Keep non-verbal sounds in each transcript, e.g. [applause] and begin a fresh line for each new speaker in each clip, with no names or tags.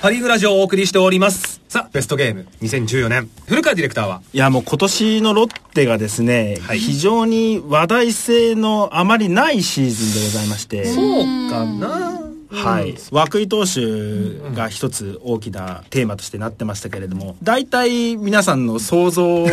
ハリーグラジオをお送りしております。さあ、ベストゲーム2014年。古川ディレクターは、
いやもう今年のロッテがですね、
はい
非常に話題性のあまりないシーズンでございまして、
そうかな
はい、涌井投手が一つ大きなテーマとしてなってましたけれども大体皆さんの想像通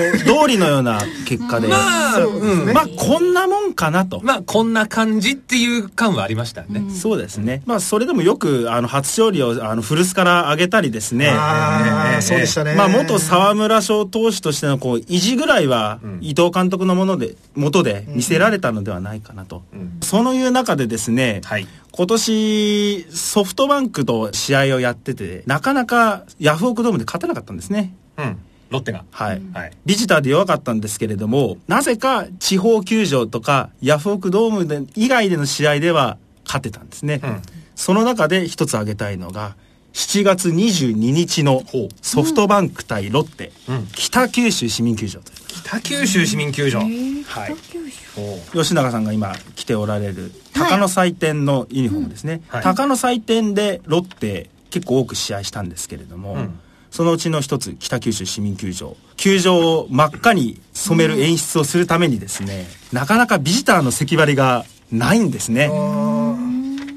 りのような結果
[laughs]
で
まあ、うん
まあこんなもんかなと。
まあ、こんな感じっていう感はありましたね。
そうですね。まあ、それでもよく、あの、初勝利を、あの、古巣から上げたりですね。
あ
ええ
あ、そうでしたね。
まあ、元沢村賞投手としてのこう意地ぐらいは伊藤監督のもので、元で見せられたのではないかなと、
うん
そういう中でですね、
はい
今年ソフトバンクと試合をやっててなかなかヤフオクドームで勝てなかったんですね
うん。ロッテが。
はい、
はい。
ビジターで弱かったんですけれどもなぜか地方球場とかヤフオクドームで以外での試合では勝てたんですね、
うん
その中で一つ挙げたいのが7月22日の
ほう
ソフトバンク対ロッテ、
うん
北九州市民球場という
北九州市民球場。
はい
北九州
おう
吉永さんが今着ておられる鷹の祭典のユニフォームですね、
はい
鷹の祭典でロッテ結構多く試合したんですけれども、
ん
そのうちの一つ北九州市民球場球場を真っ赤に染める演出をするためにですねなかなかビジターの席張りがないんですね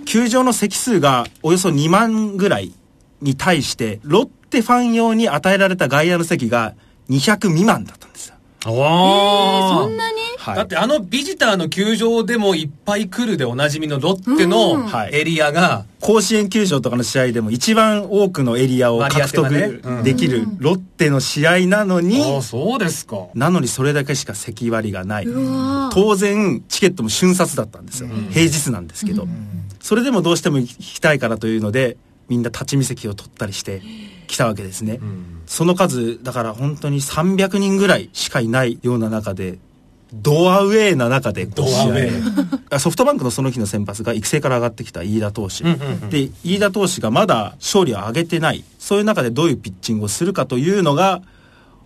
球場の席数がおよそ2万ぐらいに対してロッテファン用に与えられた外野の席が200未満だったんですよ、
そ
お
ん
ー
なに
はい
だってあのビジターの球場でもいっぱい来るでおなじみのロッテ
う
の
ん
はい
エリアが、
甲子園球場とかの試合でも一番多くのエリアを獲
割り当て
得
がねうん
できるロッテの試合なのに、
ああ、そうですか。
なのにそれだけしか席割りがない。
うわー
当然、チケットも瞬殺だったんですよ。平日なんですけど。それでもどうしても行きたいからというので、みんな立ち見席を取ったりして来たわけですね。その数、だから本当に300人ぐらいしかいないような中で、ドアウェイな中でこう
ドアウェイ
試合をソフトバンクのその日の先発が育成から上がってきた飯田投手、で飯田投手がまだ勝利を挙げてないそういう中でどういうピッチングをするかというのが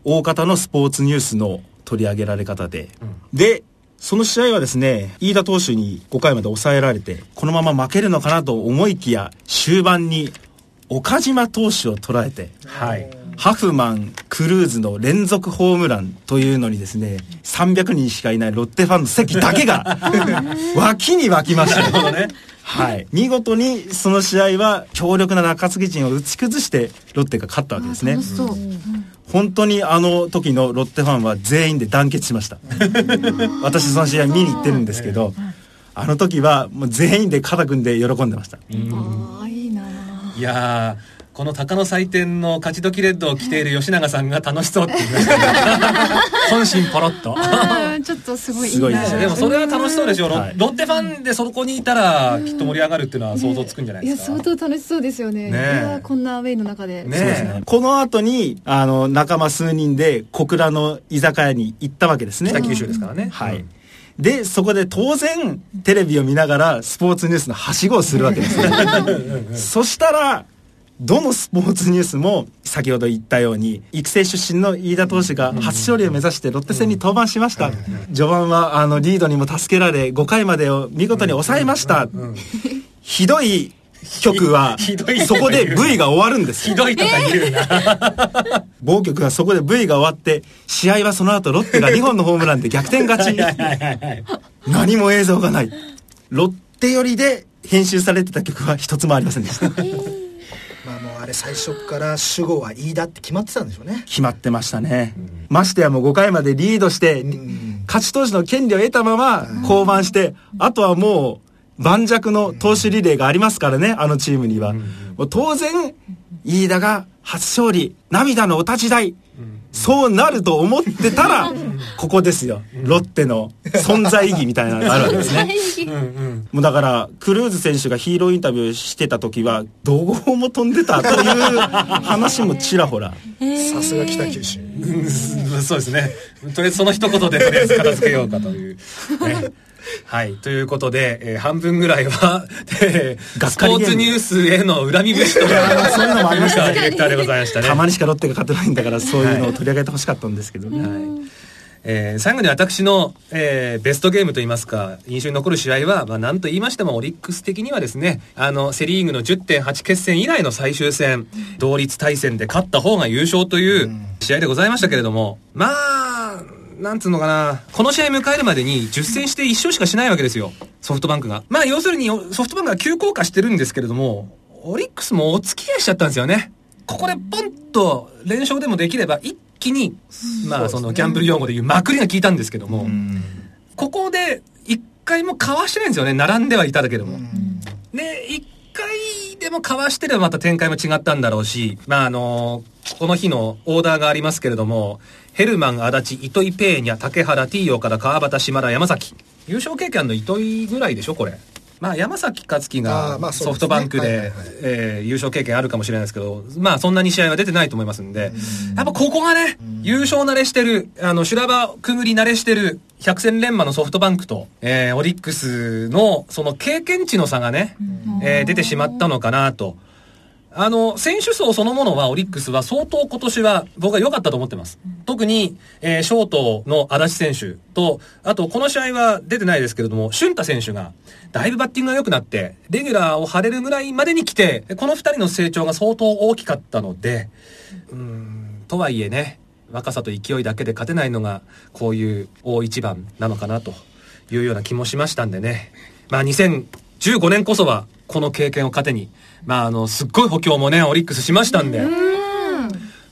大方のスポーツニュースの取り上げられ方で、でその試合はですね飯田投手に5回まで抑えられてこのまま負けるのかなと思いきや終盤に岡島投手を捉えて
はい。
ハフマン、クルーズの連続ホームランというのにですね、300人しかいないロッテファンの席だけ
[laughs]
が、脇に湧きました。はい。見事にその試合は強力な中継ぎ陣を打ち崩してロッテが勝ったわけですね
楽。しそう
本当にあの時のロッテファンは全員で団結しま
[laughs]
した。私その試合見に行ってるんですけど、あの時はもう全員で肩組んで喜んでました。
ああいいなあ
いやー、この鷹の祭典の勝ち時レッドを着ている吉永さんが楽しそうって言い [laughs] ました。本心ポロッと。
あーちょっとすごいいい
す
な
ごいですね
でもそれは楽しそうでしょ、ロ
はい
ロッテファンでそこにいたらきっと盛り上がるっていうのは想像つくんじゃない
い
で
や
すか
相当楽しそうですよね
ねえ
いやこんなアウェイの中で
ね
そうですねこの後に、あの、仲間数人で小倉の居酒屋に行ったわけですね。
北九州ですからね、
は
う
い
ん。
で、そこで当然、テレビを見ながら、スポーツニュースのはしごをするわけですね。そしたら、どのスポーツニュースも、先ほど言ったように、育成出身の飯田投手が初勝利を目指してロッテ戦に登板しました。序盤は、あの、リードにも助けられ、5回までを見事に抑えました。ひどい曲は
ひどい、
そこで V が終わるんですよ
ひどいとか言うな、
某局がそこで V が終わって試合はその後ロッテが2本のホームランで逆転勝ち何も映像がないロッテ寄りで編集されてた曲は一つもありませんでした
まあもうあれ最初から主語は飯田って決まってたんでしょうね。
決まってましたねましてやもう5回までリードして
ん
勝ち投手の権利を得たまま降板してあとはもう盤石の投手リレーがありますからねあのチームにはもう当然飯田が初勝利涙のお立ち台そうなると思ってたら、ここですよ。ロッテの存在意義みたいなのがあるわけです [laughs] ね。もうだから、クルーズ選手がヒーローインタビューしてた時は、怒号も飛んでたという話もちらほら。
さすが北九州。
うんそうですねとりあえずその一言でとりあえず片付けようかという、ね、はいということで、えー半分ぐらい [laughs] は、えー
がっ
ス
か
ポ
りゲー
ー
ム
ツニュースへの恨み節と
そういうのもありました
ディレクターでございましたね
[laughs] たまにしかロッテが勝てないんだから、そういうのを取り上げてほしかったんですけどね。
はいえー最後に私の、えーベストゲームといいますか、印象に残る試合は、まあ、なんと言いましても、オリックス的にはですね、あの、セリーグの10.8決戦以来の最終戦、同率対戦で勝った方が優勝という試合でございましたけれども、まあ、なんつうのかな、この試合迎えるまでに10戦して1勝しかしないわけですよ、ソフトバンクが。まあ、要するに、ソフトバンクが急降下してるんですけれども、オリックスもお付き合いしちゃったんですよね。ここでポンと連勝でもできれば、一気に、まあ、そのギャンブル用語でいうまくりが効いたんですけども、ここで一回もかわしてないんですよね、並んではいただけども。で、一回でもかわしてればまた展開も違ったんだろうし、まああの、この日のオーダーがありますけれども、ヘルマン、足立、糸井ペーニャ、竹原、T 岡田、川端、島田、山崎。優勝経験の糸井ぐらいでしょ、これ。まあ山崎勝樹
あー
が
まあそ
ソ
うですね
フトバンク
はいは
で
いはい
えー優勝経験あるかもしれないですけど、まあそんなに試合は出てないと思いますんで、やっぱここがね、優勝慣れしてる、あの、修羅場くぐり慣れしてる、百戦錬磨のソフトバンクと、えーオリックスの、その経験値の差がね、えー出てしまったのかなと。あの、選手層そのものは、オリックスは相当今年は僕は良かったと思ってます。特に、えーショートの足立選手と、あと、この試合は出てないですけれども、俊太選手が、だいぶバッティングが良くなって、レギュラーを張れるぐらいまでに来て、この二人の成長が相当大きかったので、うーんとはいえね、若さと勢いだけで勝てないのが、こういう大一番なのかなというような気もしましたんでね。まあ2015年こそは、この経験を糧に、まああの、すっごい補強もね、オリックスしましたんで、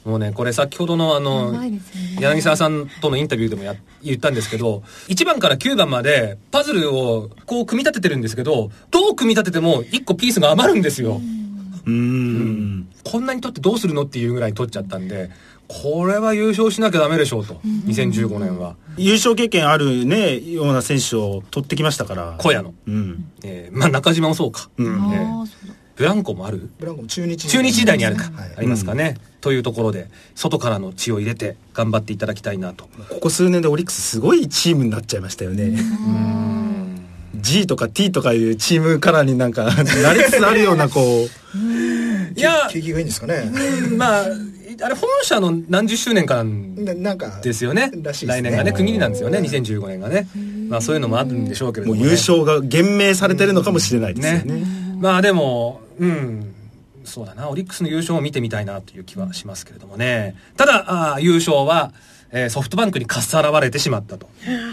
もうね、これ先ほどのあの、
長いですよね
柳沢さんとのインタビューでもや言ったんですけど、1番から9番までパズルをこう組み立ててるんですけど、どう組み立てても1個ピースが余るんですよ。
うん。
こんなに取ってどうするのっていうぐらい取っちゃったんで、これは優勝しなきゃダメでしょうと、2015年は。
優勝経験あるね、ような選手を取ってきましたから。
小屋の。
うん。
えーまあ中島もそうか。
う
あ
ん。
ーそうだ
ブランコもある
ブランコも中日
中日時代にあるか、
はい
ありますかね、というところで、外からの血を入れて頑張っていただきたいなと。
ここ数年でオリックスすごいチームになっちゃいましたよね。G とか T とかいうチームカラーになんか [laughs] なりつつあるようなこ [laughs] う。
いや、
景気がいいんですかね
まあ、あれ本社の何十周年かなん
な [laughs] なんか
ですよね。
らしいで
来
すね
年がね、区切りなんですよね、2015年がね。まあそういうのもあるんでしょうけれど
も
も
う
ね、
優勝が厳明されてるのかもしれないですよ
ね
ね。
まあでも、うん、そうだな、オリックスの優勝を見てみたいなという気はしますけれどもね。ただ、あー優勝は、えーソフトバンクにかっさらわれてしまったと。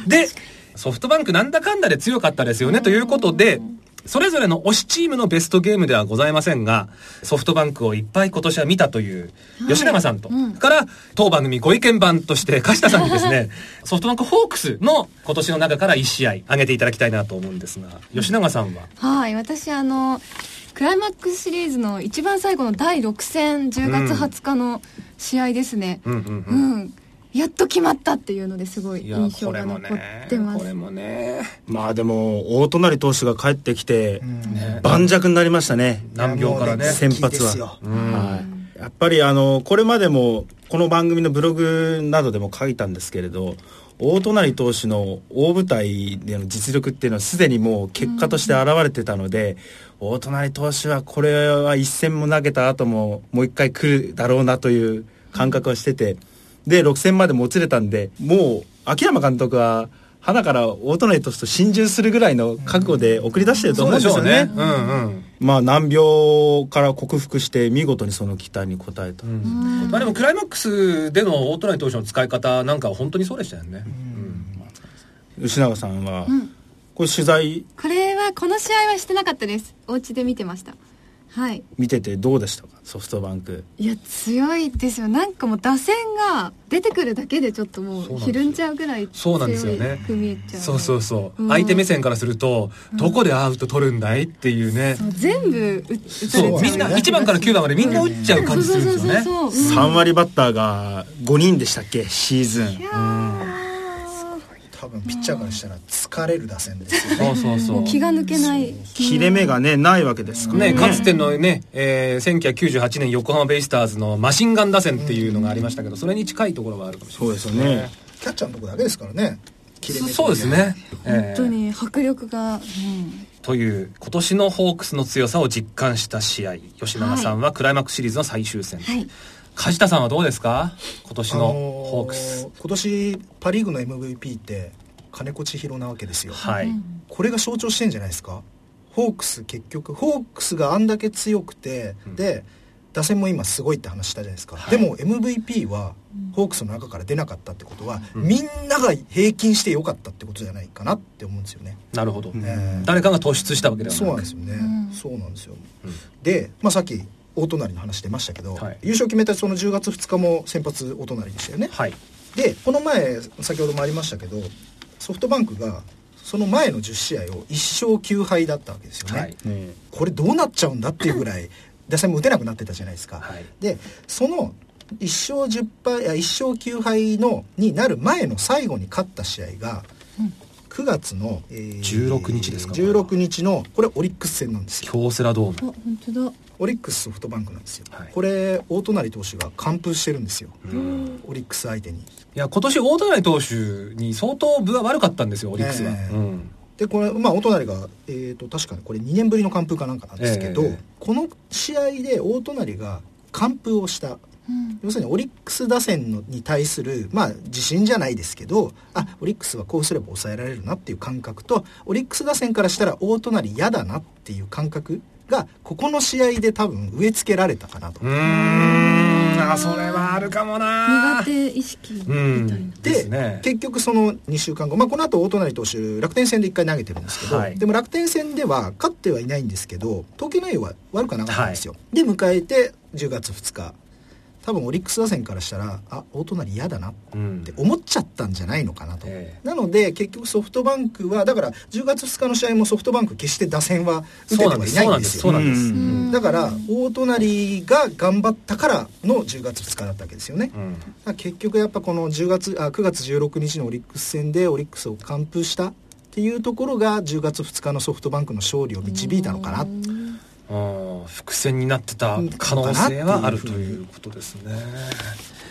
で、ソフトバンクなんだかんだで強かったですよね、ということで、それぞれの推しチームのベストゲームではございませんが、ソフトバンクをいっぱい今年は見たという、吉永さんと、から、当番組ご意見版として、柏田さんにですね、 [laughs] ソフトバンクホークスの今年の中から1試合挙げていただきたいなと思うんですが、吉永さんは
はい私あのクライマックスシリーズの一番最後の第6戦10月20日の試合ですね
うんうん
う、
うん
やっと決まったっていうのですごい
いや
印象
こ
が
れも
残
ね
ってます
これもね
まあでも、大隣投手が帰ってきて、
ね
盤石になりましたね。
難病からね
いやもう
先発
好きですよ
は。はい。やっぱりあの、これまでも、この番組のブログなどでも書いたんですけれど、大隣投手の大舞台での実力っていうのはすでにもう結果として現れてたので、大隣投手はこれは一戦も投げた後ももう一回来るだろうなという感覚はしてて、で、6戦までもつれたんで、もう秋山監督は、花から大隣投手と心中するぐらいの覚悟で送り出してると思うんですよね。
うんうん
まあ難病から克服して見事にその期待に応えた、
まあでもクライマックスでの大谷投手の使い方なんかは本当にそうでしたよね、うん
吉永さんは、これ取材
これはこの試合はしてなかったですお家で見てましたはい
見ててどうでしたかソフトバンク
いや強いですよなんかもう打線が出てくるだけでちょっとも
そう
う
なんですよ
ひるんじゃうぐらい
そう
強
なんですよね
く見えちゃう
そうそうそう、
うん
相手目線からするとどこでアウト取るんだいっていうね、
全部打打たれちゃ
そううみんな1番から9番までみんな打っちゃう感じするんですよね
そうそうそうそう、
3割バッターが5人でしたっけシーズン
多分ピッチャーからしたら疲れる打線ですよね
そうそうそう
うん気が抜けない
切れ目がねないわけですからね
ね、かつてのね、えー1998年横浜ベイスターズのマシンガン打線っていうのがありましたけど、それに近いところはあるかもしれ
そ
な
う
い
ですよね
キャッチャーのとこだけですからね切れ目とか
そうですね、え
本
ー
当に迫力が、
という今年のホークスの強さを実感した試合吉永さんはクライマックスシリーズの最終戦、
はい
梶田さんはどうですか今年の
あのー
ホークス。
今年パ・リーグの MVP って金子千尋なわけですよ、
はい。
これが象徴してんじゃないですかホークス結局ホークスがあんだけ強くて、
うん
で打線も今すごいって話したじゃないですか、
はい
でも MVP はホークスの中から出なかったってことは、
うん
みんなが平均してよかったってことじゃないかなって思うんですよね、
なるほど。
ん
えー
誰かが突出したわけではなく
そうなんですよね、
うん
そうなんですよ、
うん
で、まあ、さっき大隣の話出ましたけど、
はい
優勝決めたその10月2日も先発大隣でしたよね
はい。
でこの前先ほどもありましたけどソフトバンクがその前の10試合を1勝9敗だったわけですよね、
はい。
ね
これどうなっちゃうんだっていうぐ
[laughs]
らい打線も打てなくなってたじゃないですか、
はい
でその1勝10敗いや1勝9敗のになる前の最後に勝った試合が9月の、えー
16日ですか
16日のこれオリックス戦なんですよ
京セラドーム。
本当だ。
オリックスソフトバンクなんですよ、
はい
これ大隣投手が完封してるんですよ、
うん
オリックス相手に
いや、今年大谷投手に相当分は悪かったんですよ、オリックスは。
ねえ
うん。
でこれまあお隣が、えー、と確かにこれ2年ぶりの完封かなんかなんですけど、
ええ
この試合で大隣が完封をした
うん
要するにオリックス打線のに対するまあ自信じゃないですけどあオリックスはこうすれば抑えられるなっていう感覚とオリックス打線からしたら大隣嫌だなっていう感覚がここの試合で多分植え付けられたかなと
うー。ん。あ、それはあるかもな
苦手意識みた
う
いな。
ん。
で
ですね。
結局その2週間後、まあ、この後大隣投手楽天戦で1回投げてるんですけど、
はい
でも楽天戦では勝ってはいないんですけど投球内容は悪くはなかったんですよ、で迎えて10月2日多分オリックス打線からしたらあ大隣嫌だなっ
うん
て思っちゃったんじゃないのかなと、
え
なので結局ソフトバンクはだから10月2日の試合もソフトバンク決して打線は打ててはいないんです
そう
よ
なんです
う
そうな
ん
んで
だから大隣が頑張ったからの10月2日だったわけですよね、
す。うん。
だから結局やっぱこの10月あ9月16日のオリックス戦でオリックスを完封したっていうところが10月2日のソフトバンクの勝利を導いたのかな
うん伏線になってた可能性はあるということですね。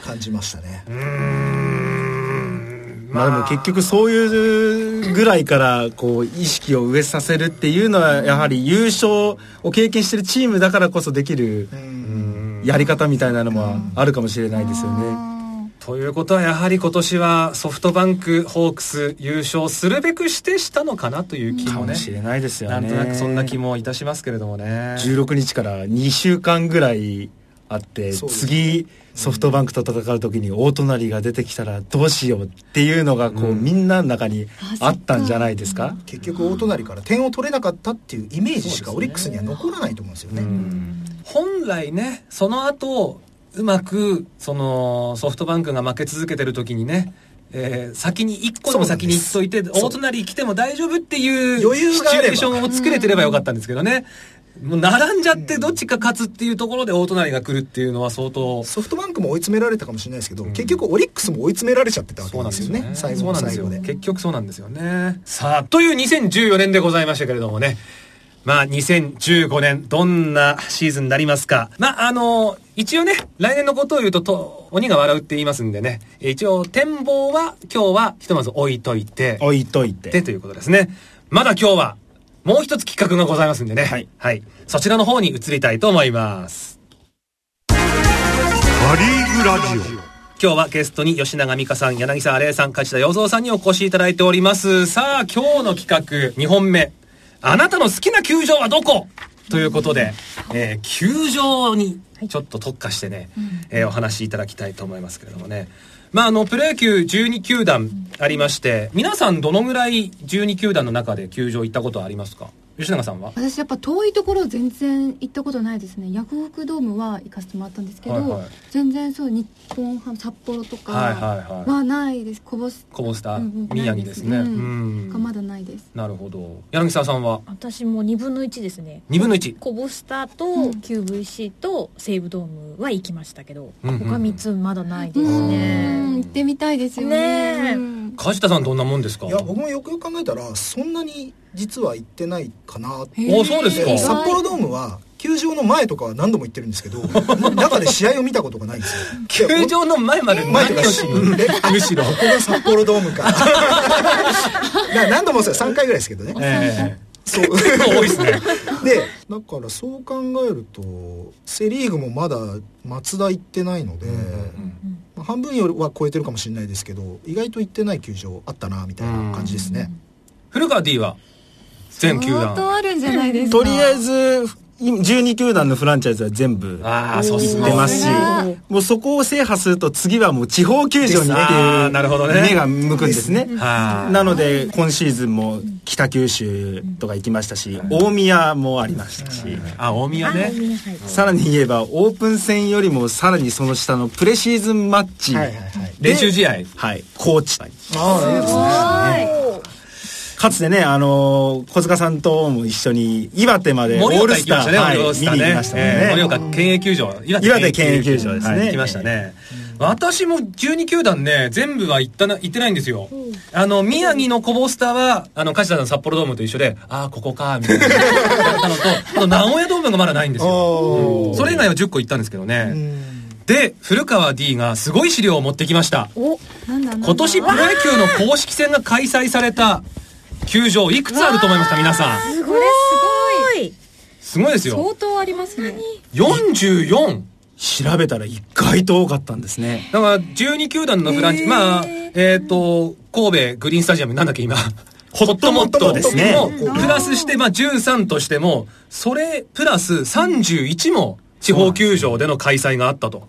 感じましたね
うーん。
まあでも結局そういうぐらいからこう意識を植えさせるっていうのはやはり優勝を経験してるチームだからこそできる
うん
うん
やり方みたいなのもあるかもしれないですよね。
あ
ということはやはり今年はソフトバンクホークス優勝するべくしてしたのかなという気
か
も
も
ね
しれないですよ
な
ね。
んとなくそんな気もいたしますけれどもね
16日から2週間ぐらいあって、
そうです
次ソフトバンクと戦う時に大隣が出てきたらどうしようっていうのがこう、
うん
みんなの中にあったんじゃないですか
結局大隣から点を取れなかったっていうイメージしか
そうですね
オリックスには残らないと思うんですよ
う
ね、
ん本来ねその後うまくそのソフトバンクが負け続けてる時にねえー先に1個でも先に行っといて
そう
大隣来ても大丈夫っていう
余裕
シ
が
チ
あ
ュ
れ
エー
ば
ションを作れてればよかったんですけどねもう並んじゃってどっちか勝つっていうところで大隣が来るっていうのは相当
ソフトバンクも追い詰められたかもしれないですけど、
うん
結局オリックスも追い詰められちゃってたわけ
そう
な
なんん
で
ですす
よ
よ
ね
ね。
最
そ
後
うな
の
ん
最後で
結局そうなんですよね。さあ、という2014年でございましたけれどもね。まあ、2015年、どんなシーズンになりますか。まあ、あの、一応ね、来年のことを言うと、と、鬼が笑うって言いますんでね。え一応、展望は、今日は、ひとまず置いといて、
置いといて
で、ということですね。まだ今日は、もう一つ企画がございますんでね。
はい
はい。そちらの方に移りたいと思います。
パ・リーグラジオ
今日はゲストに吉永美香さん、柳沢玲さん、梶田洋蔵さんにお越しいただいております。さあ、今日の企画、2本目。あなたの好きな球場はどこということで、えー球場にちょっと特化してね、えーお話しいただきたいと思いますけれどもね。まあ、あの、プロ野球12球団ありまして、皆さんどのぐらい12球団の中で球場行ったことはありますか吉永さんは
私やっぱ遠いところ全然行ったことないですねヤフオクドームは行かせてもらったんですけど、
はいはい
全然そう日本ハム札幌とか
はいはいはい。
はないですこぼす
こぼした
うんうん
宮城ですね。
ない
う
ですね
ん
が。まだないです、
なるほど。柳沢さんは
私も2分の1ですね
2分の1。
コブスターと
うん
QVC と西武ドームは行きましたけど、
うんうんうん
他3つまだないで
ー
す
うん行
ね、
ってみたいですよ
ね
ね
え
うん
梶田さんどんなもんですか
いや僕もよくよく考えたらそんなに実は行ってないかなって
おそうですか
で札幌ドームは球場の前とかは何度も行ってるんです
[laughs]
けど中で試合を見たことがないんですよ
球場の前まで
前と
何
か
をしにむしろ。
ここが札幌ド
[laughs]
ームか。だから何度もそう3回ぐらいですけどね。
ええ
そう。
結構多いですね。
[laughs] で、だからそう考えるとセ・リーグもまだ松田行ってないので、まあ半分よりは超えてるかもしれないですけど意外と行ってない球場あったなみたいな感じですね。
古川 D は全球
相当
団
あるんじゃないですか
とりあえず、今12球団のフランチャイズは全部
ああそうっす
行
ね
ってますし
おー、
もうそこを制覇すると次はもう地方球場にって
あ
い
ー
う
なるほどね
目が向くんですね。
はい
なので今シーズンも北九州とか行きましたし、大宮もありましたし、
あ大宮
あ
ね
大宮はい
さらに言えばオープン戦よりもさらにその下のプレシーズンマッチ、
はいはいはい
練習試合
はい、高知。
あ
かつてね、あのー小塚さんとも一緒に岩手までオ
盛
ール
岡行
ス
き
ター
ましたね
はい
オールス
見
ター
に行き
ね
ましたもん
え
ね
ー。盛岡県営球場
岩手県営球場ですね
はい行きましたね私も12球団ね全部は行ったな行ってないんですよあの宮城のコボスタはあの梶田の札幌ドームと一緒でああここかみたいな [laughs] だったのとあと名古屋ドームがまだないんですよ
おー
うんそれ以外は10個行ったんですけど
ーう
ね
ん
で古川 D がすごい資料を持ってきました
お
なんだなんだ
今年プロ野球の公式戦が開催された球場いくつあると思いますか皆さん
すごい
すごいですよ
相当ありますね
44
調べたら意外と多かったんですね。
だから12球団のフランチ、まあえっ、と神戸グリーンスタジアムなんだっけ今ホ
ットモットですね
もプラスして、まあ、13としてもそれプラス31も地方球場での開催があったと、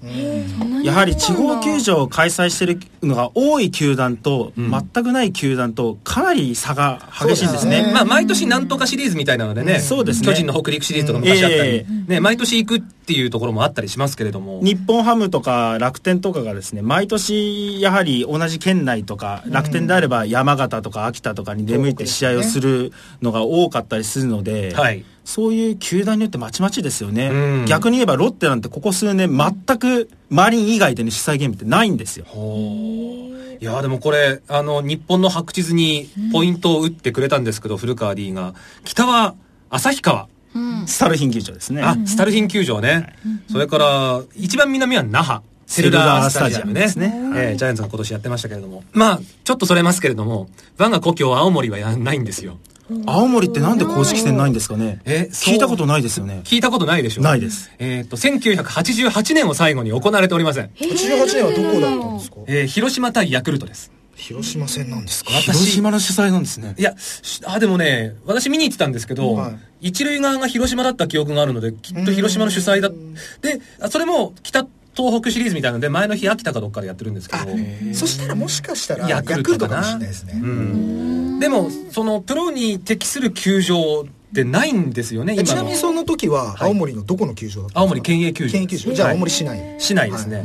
やはり地方球場を開催してるのが多い球団と、
ん
全くない球団とかなり差が激しいんですね。
そうですね
まあ、毎年なんとかシリーズみたいなのでね,、
そうですね
巨人の北陸シリーズとか昔あったり、
え
ね、毎年行くっていうところもあったりしますけれども
日本ハムとか楽天とかがですね毎年やはり同じ県内とか楽天であれば山形とか秋田とかに出向いて試合をするのが多かったりするので、
はい
そういう球団によってまちまちですよね、
うん
逆に言えばロッテなんてここ数年全くマリン以外での主催ゲームってないんですよ
ほういやーでもこれあの日本の白地図にポイントを打ってくれたんですけど、古川 D が北は旭川、
うん
スタルヒン球場ですね
あスタルヒン球場ね、それから一番南は那覇セ
セ
ル
ル
ラ
ラ
ー
ー
スタジアムね
スタジアムです
えージャイアンツが今年やってましたけれどもまあちょっとそれますけれども我が故郷青森はやんないんですよ
青森ってなんで公式戦ないんですかね
えそう
聞いたことないですよね
聞いたことないでしょ
ないです
えーっと1988年を最後に行われておりません、
88年はどこだったんですか
えー広島対ヤクルトです
広島戦なんですか
私
広島の主催なんですね
いや、しあ、でもね、私見に行ってたんですけど、
は
一塁側が広島だった記憶があるので、きっと広島の主催だ。で、あそれも北東北シリーズみたいなので、前の日秋田かどっかでやってるんですけ
あ
ど、
そしたらもしかしたら
ヤ
ヤ
ク
ク
ル
ル
ト
ト
かな
かもしれないですね、
うんでも、そのプロに適する球場ってないんですよね、
えち
今
なみ
の
にその時は青森のどこの球場だったん
青
で
森
すか
県営球場。
県営球場じゃあ
はい
青森市内、
市内ですね。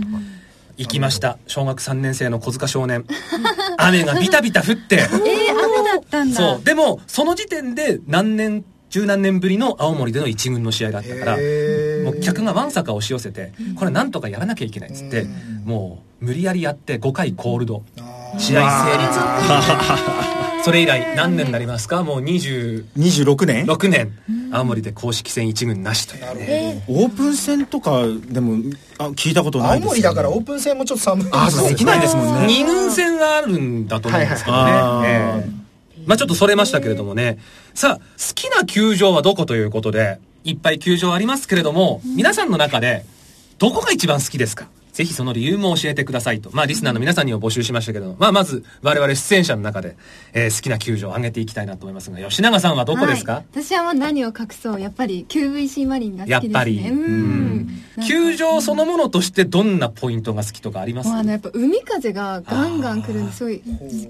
行きました。小学3年生の小塚少年。雨がビタビタ降って。
えー、雨だったんだ
そう。でも、その時点で何年、十何年ぶりの青森での一軍の試合だったから、
へー
もう客がわんさか押し寄せて、これなんとかやらなきゃいけないっつって
うん、
もう無理やりやって5回コールド。
あー
試合成立。それ以来何年になりますかもう26
26年
年、青森で公式戦一軍なしというね。
オープン戦とかでもあ聞いたことないで
青
すよね
森だからオープン戦もちょっと寒い
あそうできないですもんね
二軍戦はあるんだと思うんですけどね。
はいはいはい
ええまあちょっとそれましたけれどもね。さあ、好きな球場はどこということで、いっぱい球場ありますけれども、皆さんの中で、どこが一番好きですかぜひその理由も教えてくださいと。まあリスナーの皆さんにも募集しましたけれども、まあまず我々出演者の中で、えー好きな球場を挙げていきたいなと思いますが、吉永さんはどこですか、
はい私はもう何を隠そうやっぱり QVC マリンが
や
好
っ
きですね
ぱり。
うんなんか
球場そのものとしてどんなポイントが好きとかあります
もうあのやっぱ海風がガンガン来るんですごい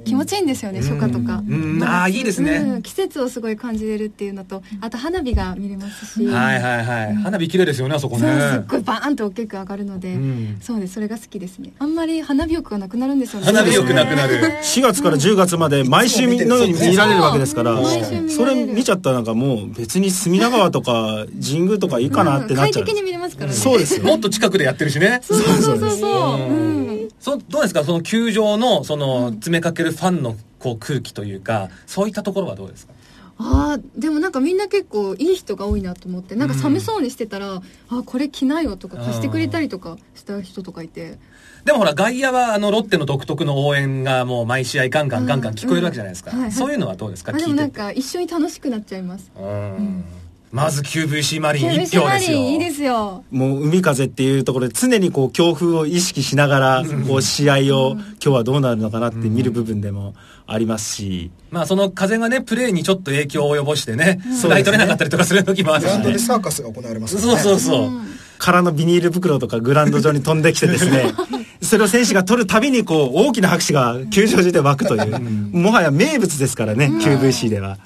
気持ちいいんですよね初夏とか
うんうんあーいいですね
うん季節をすごい感じれるっていうのとあと花火が見れますし
はいはいはい。花火綺麗ですよね、あそこね。
そうすっごいバーンと大きく上がるので、
うん
そうですそれが好きですねあんまり花火欲がなくなるんですよね
花火よくなくなる。
4月から10月まで毎週のように見られるわけですから
そう毎週見られる
それ見ちゃったらなんかもう別に隅田川とか神宮とかいいかなってなっちゃ
うん快適に見
う
れますからね
そうですよ
もっと近くでやってるしね。
そうそうそうそうう、
ん
うん
そどうですかその球場の、その、詰めかけるファンの、こう、空気というか、そういったところはどうですか
あーでもなんかみんな結構いい人が多いなと思ってなんか寒そうにしてたら「あこれ着ないよ」とか貸してくれたりとかした人とかいて
でもほら、外野は、あの、ロッテの独特の応援が、もう、毎試合ガンガンガンガン聞こえるわけじゃないですか。
うんうんはいはい
そういうのはどうですか
あでも
聞
ないん
てて。
か一緒に楽しくなっちゃいます
うん。まず QVC マリン
厳
1
し
票
マ
で
リ
すよ。
ンいいですよ。
もう海風っていうところで常にこう強風を意識しながらこう試合を今日はどうなるのかなって見る部分でもありますし
まあその風がね、プレーにちょっと影響を及ぼしてね、
すね
ライト取れなかったりとかする時もある
グラウ
し
ンド
ね
で。サーカスが行われます
そうそうそう。
空のビニール袋とかグラウンド上に飛んできてです
[laughs]
ねそれを選手が取るたびにこう大きな拍手が球場中で湧くというもはや名物ですからね QVC では。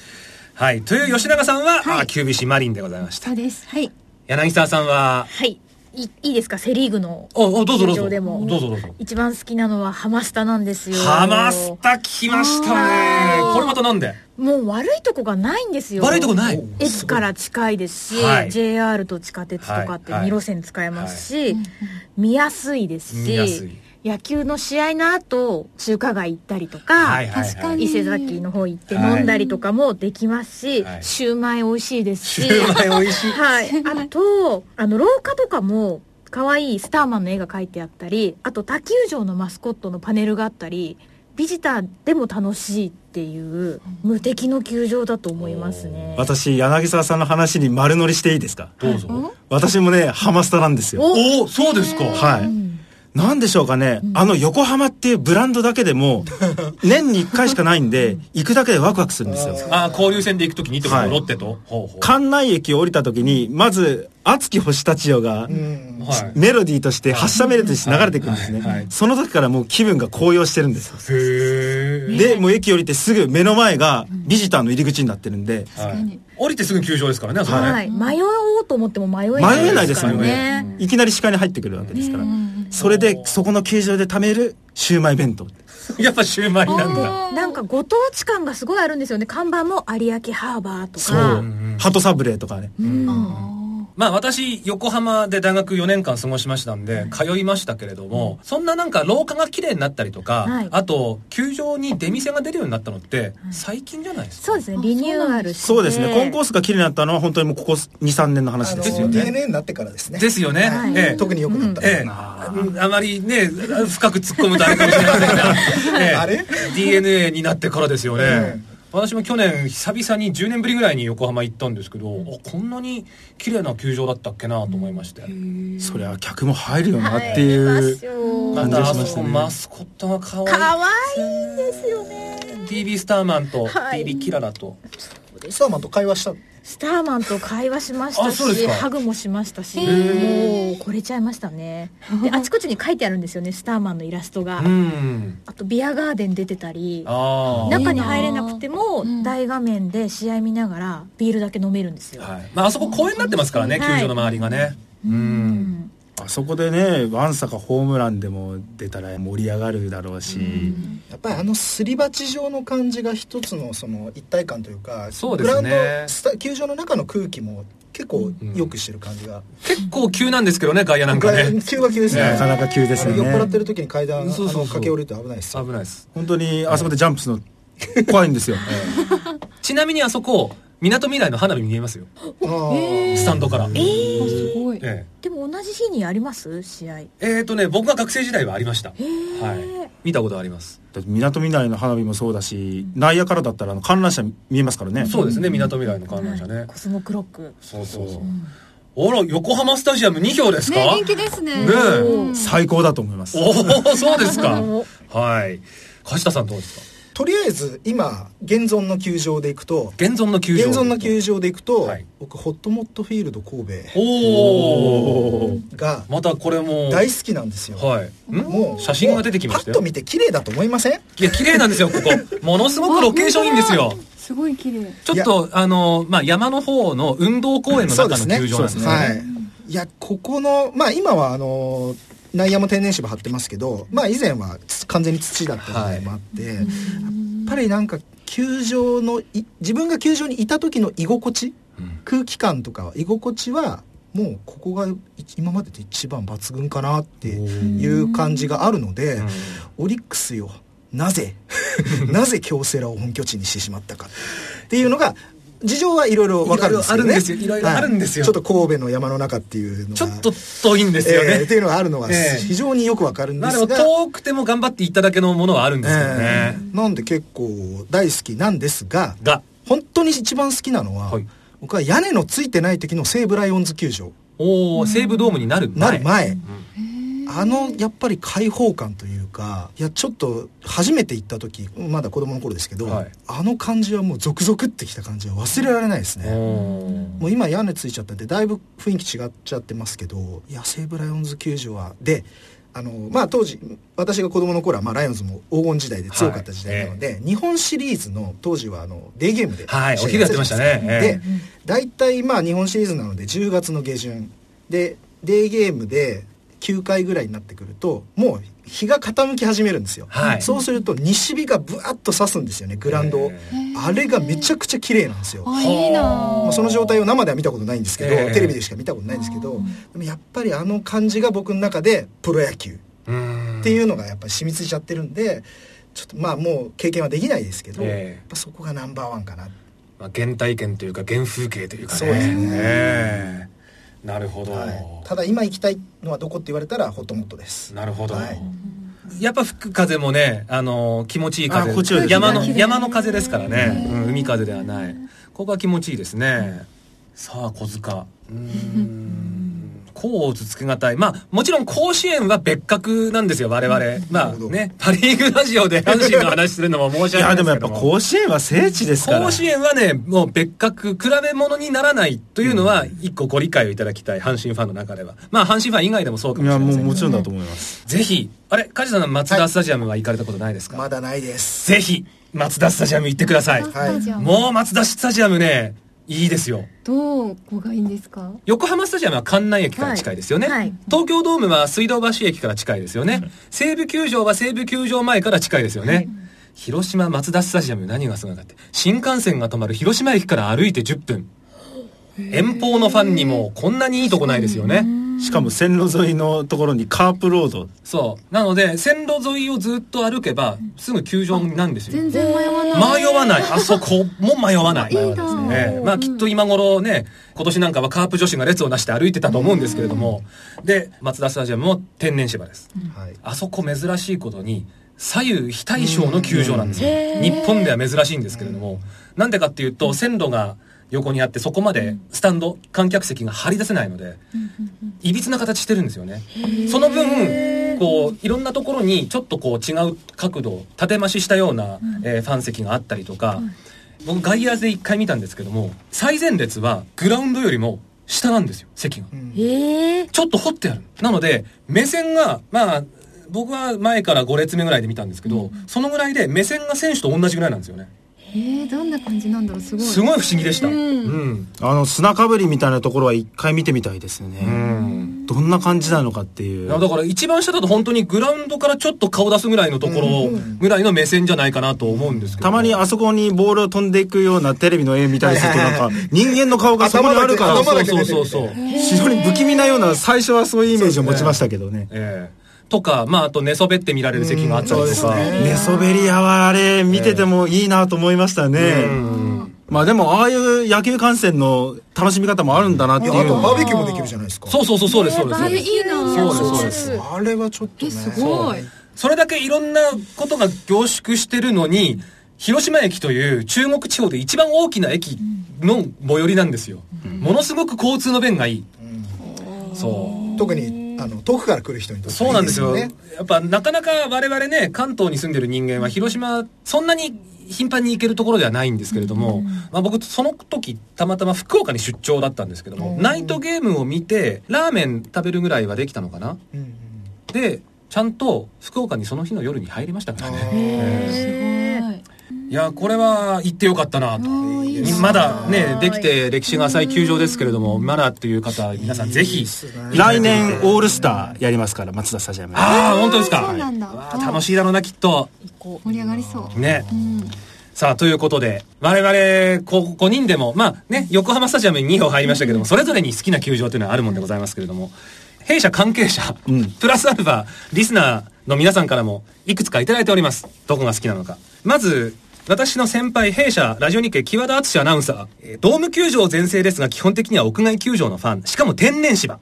はい。という吉永さんは、あ QVC マリンでございました。
そうです。
はい。
柳沢さんは、
はい。いいいですかセ・リーグの
おおどうぞどう
球
ぞ。
場で
ど
も
うぞどうぞ。
一番好きなのはハマスタなんですよ。
ハマスタ来ましたね。これまたなんで
もう悪いとこがないんですよ。
悪いとこない。
駅から近いですし、
はい
JR と地下鉄とかって
はいはい
2路線使えますし、見やすいです
見やすい
し野球の試合の後中華街行ったりとか、
はいはい
確か
はい。
に。
伊勢崎の方行って
はい
飲んだりとかもできますし、
はい
シューマイ美味しいですし
シューマイ美味しい。
はい、あとあの廊下とかも可愛いスターマンの絵が描いてあったりあと他球場のマスコットのパネルがあったりビジターでも楽しいっていう無敵の球場だと思いますね。
私柳沢さんの話に丸乗りしていいですか
どうぞ。
私もねハマスタなんですよ。
おおそうですか。
はい。なんでしょうかね、あの横浜っていうブランドだけでも、年に1回しかないんで、行くだけでワクワクするんですよ。
あー交流戦で行くときにってこと
はい
ロッテと。ほうほう
関内駅を降りた時に、まず、熱き星たちよが、
うん
はい。
メロディーとして、発車メロディーとして流れてくるんです
はいはいはい
ね。その時からもう気分が高揚してるんですよ。
へえ。
で、もう駅降りてすぐ目の前がビジターの入り口になってるんで、
はい降りてすぐ球場ですからね、あそこね
はい、迷おうと思っても迷えない
迷えないです
か
よ
ら
ね。いきなり視界に入ってくるわけですから。それで、そこの球場で貯めるシューマイ弁当。
やっぱシューマイなん
で
だ。
なんかご当地感がすごいあるんですよね看板も有明ハーバーと
そう
か。
鳩サブレーとかね。
まあ私、横浜で大学4年間過ごしましたんで、通いましたけれども、そんななんか廊下が綺麗になったりと
は
か
い、
あと、球場に出店が出るようになったのって、最近じゃないですか。
そうですねリニューアルして
そうですね、コンコースが綺麗になったのは本当にもうここ2、3年の話
あの
ですよね。
DNA になってからですね
ですよね
は。い
ええ
特に良くなった、
ええ、あまりね、深く突っ込むとあれかもしれませんが、ええ
あれ
DNA になってからですよね。私も去年久々に10年ぶりぐらいに横浜行ったんですけど、あこんなに綺麗な球場だったっけなと思いまして。
そりゃ客も入るよなっていう。
ま
感じ
たあそ
がしました
こ
ね
マスコットが可愛い。
かわ
いいですよね。DB スターマンと
はい
DB キララと。
スターマンと会話した
スターマンと会話しました
あそうです
し
か
ハグもしましたしもうこれちゃいましたね
[laughs]
であちこちに書いてあるんですよねスターマンのイラストが
うん。
あとビアガーデン出てたり
ああ。
中に入れなくても大画面で試合見ながらビールだけ飲めるんですよ
はい。まああそこ公園になってますからね、球
はい
場の周りがね。うん。
あそこでね、ワンサかホームランでも出たら盛り上がるだろうし。
やっぱりあのすり鉢状の感じが一つのその一体感というか
そうですね
グラウンドスタ球場の中の空気も結構よくしてる感じが、
結構急なんですけどね、外野なんかね。
急がきですね
ね
なかなか急ですよ
あの酔っ払っ
ね。
てる時に階段あの
そうそうそう
駆け下りると危ないです
危
よ
ないです。
本当にあそこでジャンプするの怖いん [laughs] ですよ。
ちなみにあそこ、港未来の花火見えますよ。
あー
スタンドから。え
すごい。
え
でも同じ日にあります試合
えーとね、僕が学生時代はありました。はい。見たことあります。
だって港未来の花火もそうだし、内野からだったらあの観覧車見えますからね。
そうですね、港未来の観覧車ね
コ。スモクロック
そうそうそう。あら、横浜スタジアム2票ですか
ね元気ですね。
ねえ
うん
最高だと思います。
おお、そうです
[laughs]
か。はい。梶田さんどうですか
とりあえず今現存の球場で行くと
現存の球場。
現存の球場で行くと、
はい
僕ホットモットフィールド神戸
おお。
が
またこれも。
大好きなんですよ、
はい。
も
ん
う
写真が出てきました
パッ
よ
と。見て綺麗だと思いません
いや、綺麗なんですよ、ここ。ものすごくロケーションいいんですよ。
すごい綺麗。
ちょっと、あの、まあ、山の方の運動公園の
そう
中の
ですね
球場なんですね。
はい。いや、ここの、まあ今はあの、内野も天然芝張ってますけど、まあ以前はつ完全に土だった時代もあって、やっぱりなんか球場のい、自分が球場にいた時の居心地、空気感とか居心地は、もうここが今までで一番抜群かなっていう感じがあるので、オリックスよなぜ [laughs] なぜ京セラを本拠地にしてしまったかっていうのが事情はいろいろわかるんですけどね
いろいろあるんですよいろいろあるんですよ
はいちょっと神戸の山の中っていうのが
ちょっと遠いんですよ
えー
ね
って。いうのがあるのは
ええ
非常によくわかるんで
まあですも
が、
遠くても頑張っていただけのものはあるんですけど
え
ね。
ーなんで結構大好きなんですが
が、
本当に一番好きなのは、
はい
僕は屋根のついてない時の西武ライオンズ球場
おお、西武ドームになる
な
前。
る前、
うん
あのやっぱり開放感というかいやちょっと初めて行った時まだ子供の頃ですけど、
はい
あの感じはもうゾクゾクってきた感じは忘れられないですね
おー
もう今屋根ついちゃったんでだいぶ雰囲気違っちゃってますけどいや西武ライオンズ球場はであのまあ当時私が子供の頃はまあライオンズも黄金時代で強かった時代なので、日本シリーズの当時はあのデーゲームで
はいお昼やってましたねえ
で大体まあ日本シリーズなので10月の下旬でデーゲームで9回ぐらいになってくるともう日が傾き始めるんですよ、
はい
そうすると西日がブワッと差すんですよねグラウンドを、
え
あれがめちゃくちゃ綺麗なんですよ
あいいな
ま
あ
あ、その状態を生では見たことないんですけど、
ええ
テレビでしか見たことないんですけどでもやっぱりあの感じが僕の中でプロ野球
うん
っていうのがやっぱり染みついちゃってるんでちょっとまあもう経験はできないですけど、
ええ
やっぱそこがナンバーワンかな
まあ、原体験というか原風景というかね
そうですね
ええなるほど、
はい、ただ今行きたいのはどこって言われたらほともとです
なるほど、
はい
やっぱ吹く風もね、あのー気持ちいい風
あこっちより
山の
綺麗
山の風ですからね、うん海風ではないここは気持ちいいですねさあ小塚うーん甲乙つけがたいまあもちろん甲子園は別格なんですよ我々まあ
ほど
ねパ・リーグラジオで阪神の話するのも申し
い
訳な
や
いで
ですも
け
やっぱ
ども
甲子園は聖地ですから
甲子園はね、もう別格、比べ物にならないというのは、一個ご理解をいただきたい、阪神ファンの中では。まあ、阪神ファン以外でもそうか
い
もしれ
や
ま
も
せ
うん
け
もち
ど、
ろんだと思います
ぜひ、あれ、梶田さん、松田スタジアムは行かれたことないですか、
まだないです
ぜひ、松田スタジアム行ってください。
スタジアム
もう松田スタジアムね、いいですよ。
どこがいいんですか
横浜スタジアムは関内駅から近いですよね、
はいはい
東京ドームは水道橋駅から近いですよね、西武球場は西武球場前から近いですよね、広島マツダスタジアム何がすごいかって新幹線が止まる広島駅から歩いて10分遠方のファンにもこんなにいいとこないですよね
しかも線路沿いのところにカープロード
そうなので線路沿いをずっと歩けばすぐ球場なんですよ
全然迷わない
迷わない。あそこも迷わない。
いいな
ええまあきっと今頃ね、今年なんかはカープ女子が列をなして歩いてたと思うんですけれども、で、松田スタジアムも天然芝です。
はい
あそこ珍しいことに、左右非対称の球場なんですよ。日本では珍しいんですけれども、なんでかっていうと線路が横にあってそこまでスタンド、観客席が張り出せないので、いびつな形してるんですよね。その分、こう、いろんなところにちょっとこう違う角度、縦増ししたような、えーファン席があったりとか、僕外野で一回見たんですけども、最前列はグラウンドよりも下なんですよ、席が。
うん
ええ
ちょっと掘ってある。なので、目線が、まあ、僕は前から5列目ぐらいで見たんですけど、そのぐらいで目線が選手と同じぐらいなんですよね。
えー、どんな感じなんだろうすごい
すごい不思議でした。
うん
うん。
あの砂かぶりみたいなところは一回見てみたいですね、
うん
どんな感じなのかっていう
だから一番下だと本当にグラウンドからちょっと顔出すぐらいのところぐらいの目線じゃないかなと思うんですけど。
たまにあそこにボールを飛んでいくようなテレビの絵見たりするとなんか人間の顔がそこにあるから
そう
頭
そ
だ
う
け
そう
出て
そ
る
うそう。
非常に不気味なような最初はそういうイメージを持ちましたけどね
ええとか、まああと寝そべって見られる席があったり
うん
と
そう
か。
ですね
寝そべり屋はあれ見ててもいいなと思いましたね、
うん
まあでもああいう野球観戦の楽しみ方もあるんだなっ
い
てい
や
う
あとバーベキューもできるじゃないですか
そうそうそうそうですそうです。そうです
いいな
そうです
そう
そう
で
です
すあれはちょっとね
えすごい
それだけいろんなことが凝縮してるのに、広島駅という中国地方で一番大きな駅の最寄りなんですよ。ものすごく交通の便がいい。そう。
特にあの遠くから来る人にとって
そうなんですよ。
いいね
やっぱなかなか我々ね、関東に住んでる人間は広島、そんなに頻繁に行けるところではないんですけれども、まあ僕、その時、たまたま福岡に出張だったんですけども、
うん
ナイトゲームを見て、ラーメン食べるぐらいはできたのかな
うんうん
で、ちゃんと福岡にその日の夜に入りましたからね。
え
はい
いや、これは行ってよかったなと。
いいですね
まだね、できて歴史が浅い球場ですけれども、まだっていう方、皆さんぜ
いい
ひ
っ。すね
来年オールスターやりますから松田スタジアムで
ああ、本当ですか。
そうなんだ
わあ楽しいだろうな、きっと。
盛り上がりそう
ね。
うん
さあ、ということで、我々、こ5人でも、まあね、横浜スタジアムに2票入りましたけども、それぞれに好きな球場というのはあるもんでございますけれども、弊社関係者、
うん
プラスアルファ、リスナーの皆さんからも、いくつかいただいております。どこが好きなのか。まず、私の先輩、弊社、ラジオ日経、木和田敦史アナウンサーえー、ドーム球場全盛ですが、基本的には屋外球場のファン、しかも天然芝。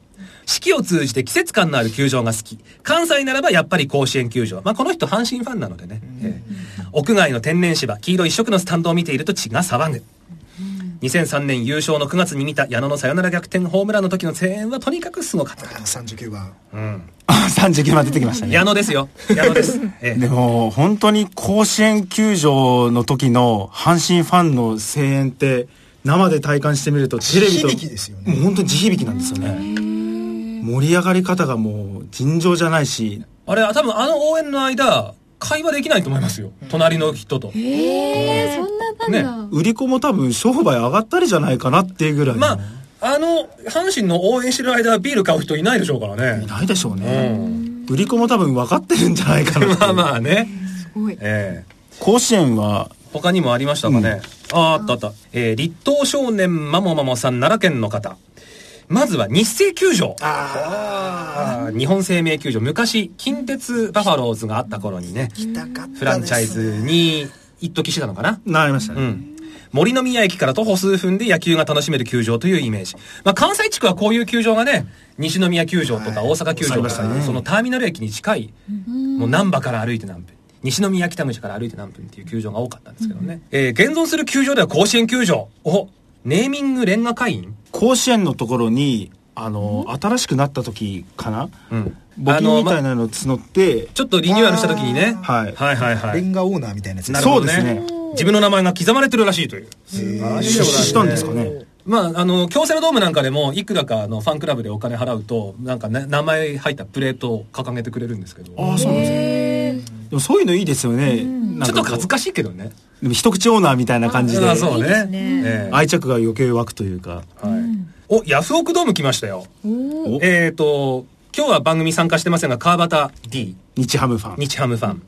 四季を通じて季節感のある球場が好き。関西ならばやっぱり甲子園球場。まあこの人阪神ファンなのでね。ええ屋外の天然芝、黄色一色のスタンドを見ていると血が騒ぐ。 2003年優勝の9月に見た矢野のサヨナラ逆転ホームランの時の声援はとにかくすごかった。
39番
うん。
39番出てきましたね。
矢野ですよ。 [laughs] 矢野です。え
で
え。
も、本当に甲子園球場の時の阪神ファンの声援って、生で体感してみると、テレビと、
地響きですよね
もう本当に地響きなんですよね。盛り上がり方がもう尋常じゃないし、
あれ、多分あの応援の間、会話できないと思いますよ。隣の人と。
えー、そんななんだ、
ね
売り子も多分商売上がったりじゃないかなっていうぐらいの。
まあ、あの、阪神の応援してる間はビール買う人いないでしょうから
い
ね。
ないでしょう
う
ね。
ん。
売り子も多分分かってるんじゃないかなってい
[laughs]
う。
まあまあね。
すごい
ええ。
甲子園は、
他にもありましたかね。あーあったあった。えー、立東少年まもまもさん、奈良県の方。まずは日生球場。ああー。日本生命球場。昔、近鉄バファローズがあった頃にね、
痛かったです
フランチャイズに一時してたのかな。
なりました
う
ね。
ん。森の宮駅から徒歩数分で野球が楽しめる球場というイメージ。まあ、関西地区はこういう球場がね、西宮球場とか
はい
大阪球場
あ
と
りました
か、
ね
そのターミナル駅に近い、もう難波から歩いて何分。西宮北口から歩いて何分っていう球場が多かったんですけどね。えー現存する球場では甲子園球場。おネーミングレンガ会員
甲子園のところに、あの、新しくなった時かな
うん。
募
あ
金
の、
みた
ま
いなの募って、
ちょっとリニューアルした時にね。
はい
はいはいは
レ
い。
ンガオーナーみたいなやつ
なる
そ
ほ
う
ど
です
ね
ね。。
自分の名前が刻まれてるらしいという。
へ
あ
ー
いい
出
ね
資したんですかね。
まあ、あの、京セラドームなんかでも、いくらかあのファンクラブでお金払うと、なんか、ね、名前入ったプレートを掲げてくれるんですけど。
ああ、そうなんですね。でもそういうのいいですよね。
ちょっと
数
恥ずかしいけどね。
でも一口オーナーみたいな感じで
ああ、そうね。
いいですね
ええ
愛着が余計湧くというか。
はいお、ヤフオクドーム来ましたよ。
お
えっ、と、今日は番組参加してませんが、川端 D、
日ハムファン。
日ハムファン。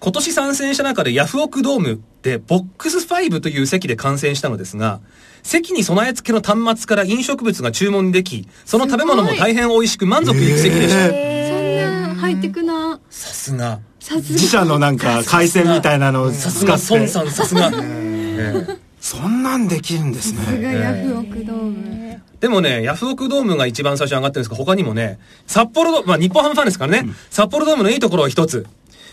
今年参戦した中でヤフオクドームでボックス5という席で観戦したのですが、席に備え付けの端末から飲食物が注文でき、その食べ物も大変美味しく満足いく席でした。
えー
そんなハイテクな
さすが。
さ
[laughs]
す
自社のなんか回線みたいなのを
さ
使
すが、
って
孫。さん、さすが。ええ
そんなんできるんですね。
がヤフオクドーム
でもね、ヤフオクドームが一番最初に上がってるんですけど、他にもね、札幌ドーム、まあ日本ハムファンですからね、札幌ドームのいいところを一つ。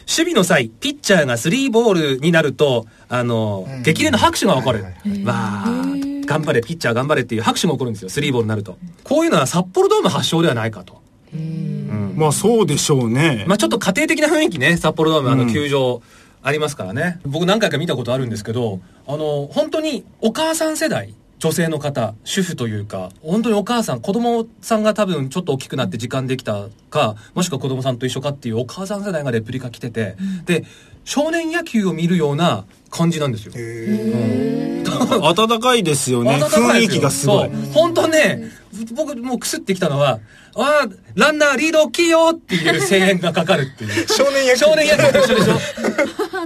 守備の際、ピッチャーがスリーボールになると、あの、
うん
激励の拍手が起こる
はい。
わー、頑張れ、ピッチャー頑張れっていう拍手が起こるんですよ、スリーボールになると。こういうのは札幌ドーム発祥ではないかと。うん
まあそうでしょうね。
まあちょっと家庭的な雰囲気ね、札幌ドームあ
う
の
ん
球場ありますからね。僕何回か見たことあるんですけど、あの、本当にお母さん世代、女性の方、主婦というか、本当にお母さん、子供さんが多分ちょっと大きくなって時間できたか、もしくは子供さんと一緒かっていうお母さん世代がレプリカ来てて、で、少年野球を見るような感じなんですよ。
へ
[laughs] 暖かいですよね。
温か
雰
いで
囲
す
気
よ
がすごい
そ。う本当ね、僕もうくすってきたのは、ああ、ランナーリード大きいよっていう声援がかかるっていう。
ー少年野球
[laughs] 少年野球と一緒でし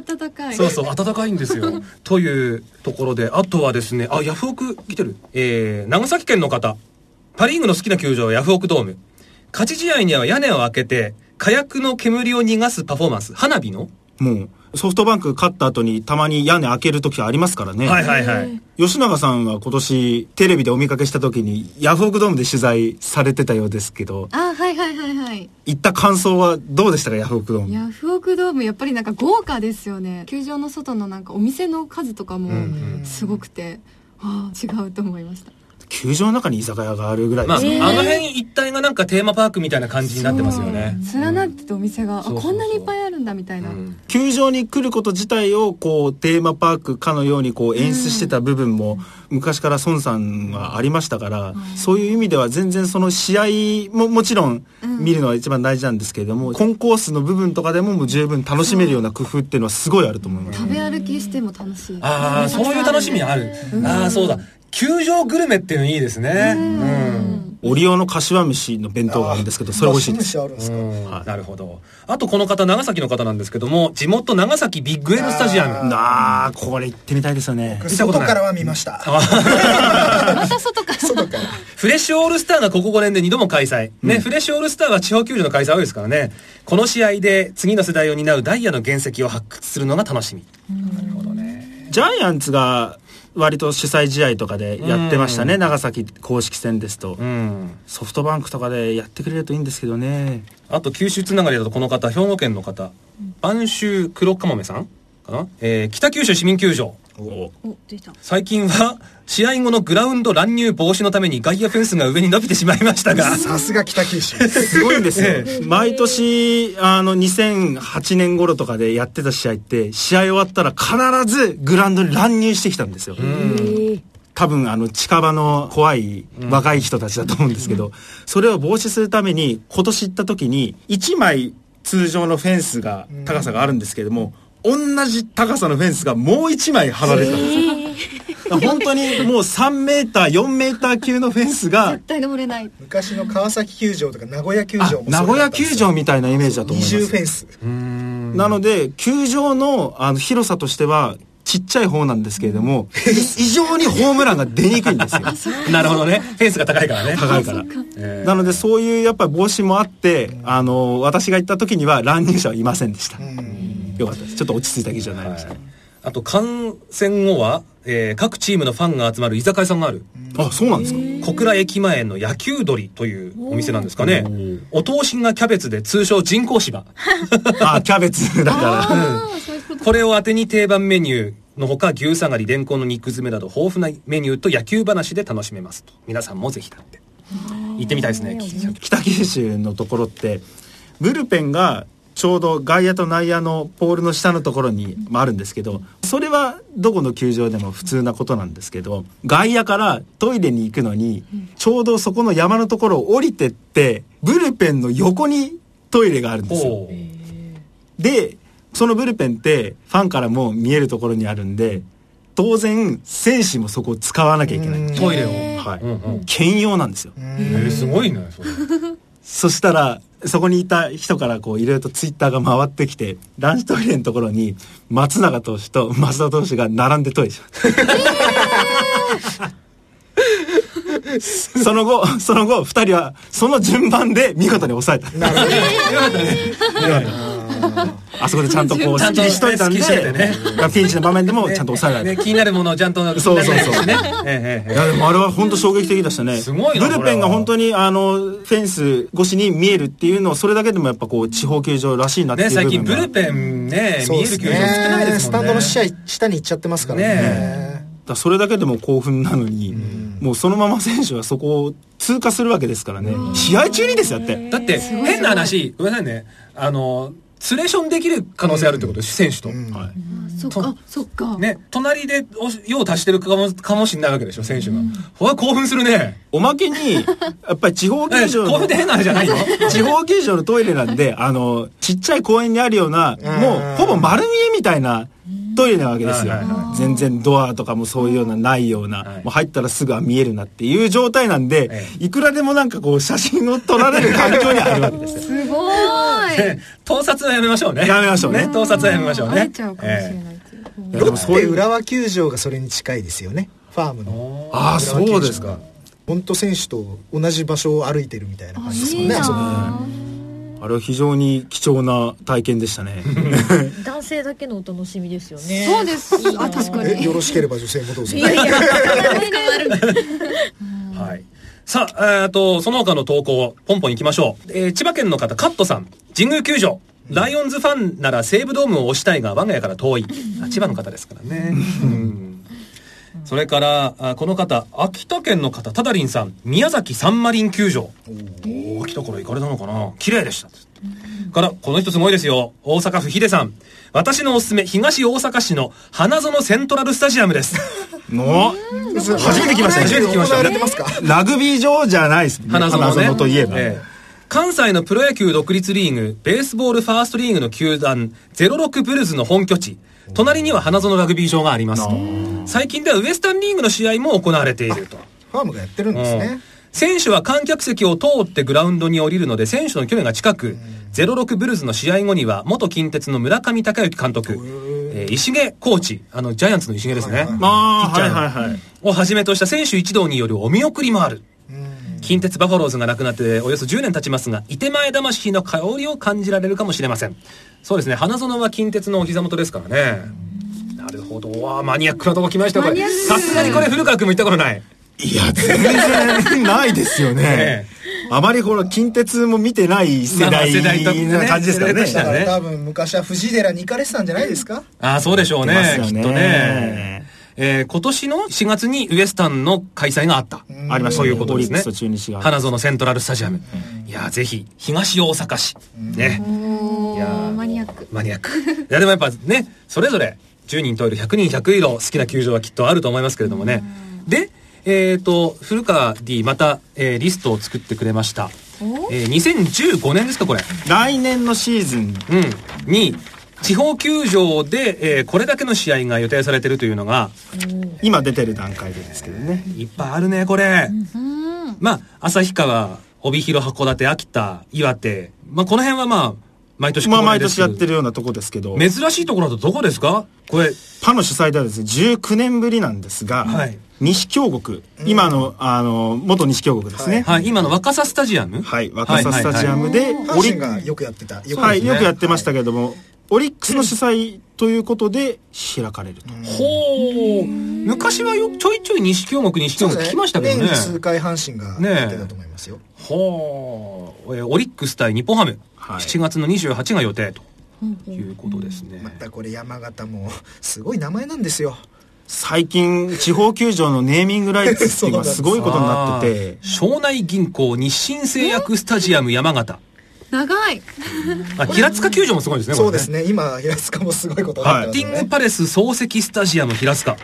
ょ
暖かい
そうそう、暖かいんです [laughs] よ。というところで、あとはですね、あ、ヤフオク来てる。えー、長崎県の方。パリーグの好きな球場はヤフオクドーム。勝ち試合には屋根を開けて、火薬の煙を逃がすパフォーマンス。花火の、
もう、ソフトバンク勝った後にたまに屋根開ける時ありますからね。
はいはいはい。
吉永さんは今年テレビでお見かけした時にヤフオクドームで取材されてたようですけど、
あはいはいはいはい
行った感想はどうでしたか、ヤフオクドーム。
ヤフオクドームやっぱりなんか豪華ですよね球場の外のなんかお店の数とか
うん
もすごくて、ああ違うと思いました
球場の中に居酒屋があるぐらい
まあ、
で
あ
すよね。
の辺一帯がなんかテーマパークみたいな感じになってますよね。
そう連なっててお店が、あ
そうそうそう
こんなにいっぱいあるんだみたいな、
うん
球場に来ること自体をこうテーマパークかのようにこう演出してた部分も昔から孫さんはありましたから、そういう意味では全然その試合ももちろん見るのは一番大事なんですけれども、コンコースの部分とかでももう十分楽しめるような工夫っていうのはすごいあると思います。
食べ歩きしても楽しい
ああ、そういう楽しみある。ああ、そうだ。球場グルメっていうのいいですね。うん
オリオの柏飯の弁当があるんですけど、それ美味しいです。
あるんですか
うん
はい
なるほど。あとこの方、長崎の方なんですけども、地元長崎ビッグエルスタジアム。
ああ、これ行ってみたいですよね。
たこと
外
ない
からは見ました
また外から
外から
フレッシュオールスターがここ5年で2度も開催。ね、フレッシュオールスターは地方球場の開催多いですからね。この試合で次の世代を担うダイヤの原石を発掘するのが楽しみ。
ジャイアンツが割と主催試合とかでやってましたね、長崎公式戦ですと
う。ん。
ソフトバンクとかでやってくれるといいんですけどね。
あと九州つながりだとこの方、兵庫県の方。播州黒かもめさんかなえー北九州市民球場。
お
お出た
最近は試合後のグラウンド乱入防止のために外野フェンスが上に伸びてしまいましたが
さすが北九州
すごいんですよ
え。
毎年、あの、2008年頃とかでやってた試合って、試合終わったら必ずグラウンドに乱入してきたんですよ。多分、あの、近場の怖い若い人たちだと思うんですけど、それを防止するために、今年行った時に、1枚通常のフェンスが、高さがあるんですけれども、同じ高さのフェンスがもう1枚張られてたんですよ。だから本当にもう3メーター、4メーター級のフェンスが、
絶対登れない
昔の川崎球場とか名古屋球
あ
場も
名古屋球場
み
みたいなイメージだと思
二
います。
重フェンス
なので、球場のあの広さとしては、ちっちゃい方なんですけれど
[laughs]
も、異常にホームランが出にくいんですよ。
なるほどねフェンスが高いからね
高いから。
えー
なので、そういうやっぱり帽子もあって、あの、私が行った時には乱入者はいませんでした。よかったです。ちょっと落ち着いた記事になりました。
あと観戦後は、えー各チームのファンが集まる居酒屋さんがある
あ、そうなんですか
小倉駅前の野球鳥というお店なんですかねお通しがキャベツで通称人工芝
あ、キャベツだから。
[laughs]
ああそういうこ
[laughs]
と
これを当てに定番メニューのほか牛下がりレンコンの肉詰めなど豊富なメニューと野球話で楽しめますと皆さんもぜひだって行ってみたいですね
北九州のところってブルペンがちょうど外野と内野のポールの下のところにまああるんですけどそれはどこの球場でも普通なことなんですけど外野からトイレに行くのにちょうどそこの山のところを降りてってブルペンの横にトイレがあるんですよ。
おー
でそのブルペンってファンからも見えるところにあるんで当然選手もそこを使わなきゃいけな
うん
い。
トイレを、
はい
うんうん
兼用なんですよ。
えー、すごいねそれ
そしたら、そこにいた人からこういろいろとツイッターが回ってきて、男子トイレのところに松永投手と増田投手が並んでトイレします。その後、その後、二人はその順番で見事に抑えた。
なるほど
あそこでちゃんとこう、
ちゃ
ス
ん
ッ
と
キリしといたんで、
スッキリしといてね
まあピンチの場面でもちゃんと抑えられた。
ね、気になるものをちゃんと
そうそうそう
気にならないですねえええ
い
え
やでもあれは本当衝撃的でしたね。
すごいな
ブルペンが本当にあの、フェンス越しに見えるっていうのを、それだけでもやっぱこう、地方球場らしいなっていう
ね、
部分
最
が。
近ブルペンね、
そう
見
で
える
す
球場少ないですもんね。
スタンドの試合下に行っちゃってますからね
ね
だそれだけでも興奮なのに、もうそのまま選手はそこを通過するわけですからね。試合中にですよだって。
だって、変な話、ごめんなさいね、あの、ツレーションできる可能性あるってことです、選手と。
はい
あそっかあそっか
ね、隣でお用を足してるかもかもしれないわけでしょ、選手が。ほら、興奮するね。
おまけに、やっぱり地方
え
球場
興奮
の
って、変な話じゃ
[laughs]
ないよ。
地方球場のトイレなんで、あの、ちっちゃい公園にあるような、もうほぼ丸見えみたいなトイレなわけですよ
はいはいは。
全然ドアとかもそういうような、ないような、
はい
もう入ったらすぐは見えるなっていう状態なん
え
で、いくらでもなんかこう写真を撮られる環境にあるわけですよ。
すごーい
[laughs] ね盗撮はやめましょうね。
やめましょうね
盗撮はやめましょうね。
会えちゃうかもしれ
え
ないっていう。
いや
ロ
でも
ッ
そう
テ
いう
浦和球場がそれに近いですよねファームの
ああ、そうですか。
本当選手と同じ場所を歩いてるみたいな感じですも
い
ん
い
ね
な
あそこ
あ
あれは非常に貴重な体験でした
[laughs]
ね。
男性だけのお楽しみですよね。
そうです
いいな
あ確かに
えよろしければ女性もどうぞ
いやいや、
[laughs]
えはい。さあ、えーと、その他の投稿、ポンポン行きましょう。えー千葉県の方、カットさん、神宮球場。ライオンズファンなら西武ドームを推したいが、我が家から遠い。あ千葉の方ですからね。うんそれから、あこの方、秋田県の方、ただりんさん、宮崎サンマリン球場。おお、秋田から行かれたのかな綺麗でした。から、この人すごいですよ。大阪府ヒデさん。私のおすすめ、東大阪市の花園セントラルスタジアムです。
の初めて来ましたね
初めて来ました
行われてますか
ラグビー場じゃないですね。
花園,、ね、
といえば。
ええ関西のプロ野球独立リーグ、ベースボールファーストリーグの球団、06ブルーズの本拠地、隣には花園ラグビー場がありますと。最近ではウエスタンリーグの試合も行われていると。
ファームがやってるんです
う
ね
ん選手は観客席を通ってグラウンドに降りるので選手の距離が近く、06ブルーズの試合後には元近鉄の村上隆之監督、えー石毛コーチ、あのジャイアンツの石毛ですね、
まあ、
ピッチ
は
ャ
い
ーの
はいはい。
をはじめとした選手一同によるお見送りもある。近鉄バファローズがなくなっておよそ10年経ちますが、いて前魂の香りを感じられるかもしれません。そうですね、花園は近鉄のお膝元ですからね。なるほど。うわあマニアックなとこ来ましたよこれ。さすがにこれ古川君も行ったことない。
いや、全然ないです [laughs] よね。あまりこの近鉄も見てない世
まあまあ
代
世代とね
な感じですからね。
世代として
だ
はね
から多分昔は藤寺に行かれてたんじゃないですか
ああ、そうでしょう
出ま
ね
すよ
きっとね。。えー今年の4月にウエスタンの開催があった。
うん
ありました
そう
ね
いうことですね
オリックスと中日が。
花園セントラルスタジアム。いやーぜひ、東大阪市。ね。
お
いやー
ーマニアック。
マニアック。いや、でもやっぱね、それぞれ、10人といる100人100色、好きな球場はきっとあると思いますけれどもね。で、えっ、と、古川 D、また、えーリストを作ってくれました。えー2015年ですか、これ。
来年のシーズン、
うん。に、地方球場で、えーこれだけの試合が予定されてるというのが、
今出てる段階でですけどね。
いっぱいあるね、これ。
うん。
まあ、旭川、帯広、函館、秋田、岩手。まあ、この辺はまあ、毎年
まあ
恒例
毎
ですけ
年
ど
やってるようなとこですけど、
珍しいところだとどこですかこれ、
パの主催ではですね、19年ぶりなんですが、
はい
西京極、今の、あの、元西京極ですね。
はい、今の若狭スタジアム
はい、若狭スタジアムで、
阪神がよくやってた。よく
はい、
ね
よくやってましたけれども、オリックスの主催ということで開かれると。
ほう。昔はよちょいちょい西京極、西
そ
京
うで
極聞
すね
きましたけどね。
年に数回阪神がやってたと思いますよ。
ほう。えーオリックス対日本ハム。
はい
7月の28が予定ということですね。
またこれ山形もすごい名前なんですよ。
最近、地方球場のネーミングライツっていうのがすごいことになってて
あー、庄内銀行日清製薬スタジアム山形。
長い。
あ、平塚球場もすごいですね、
そうです
ね。
ね。今平塚もすごいことになっ
バッ
て
ティ
ます
ング
ね。
パレス漱石スタジアム平塚。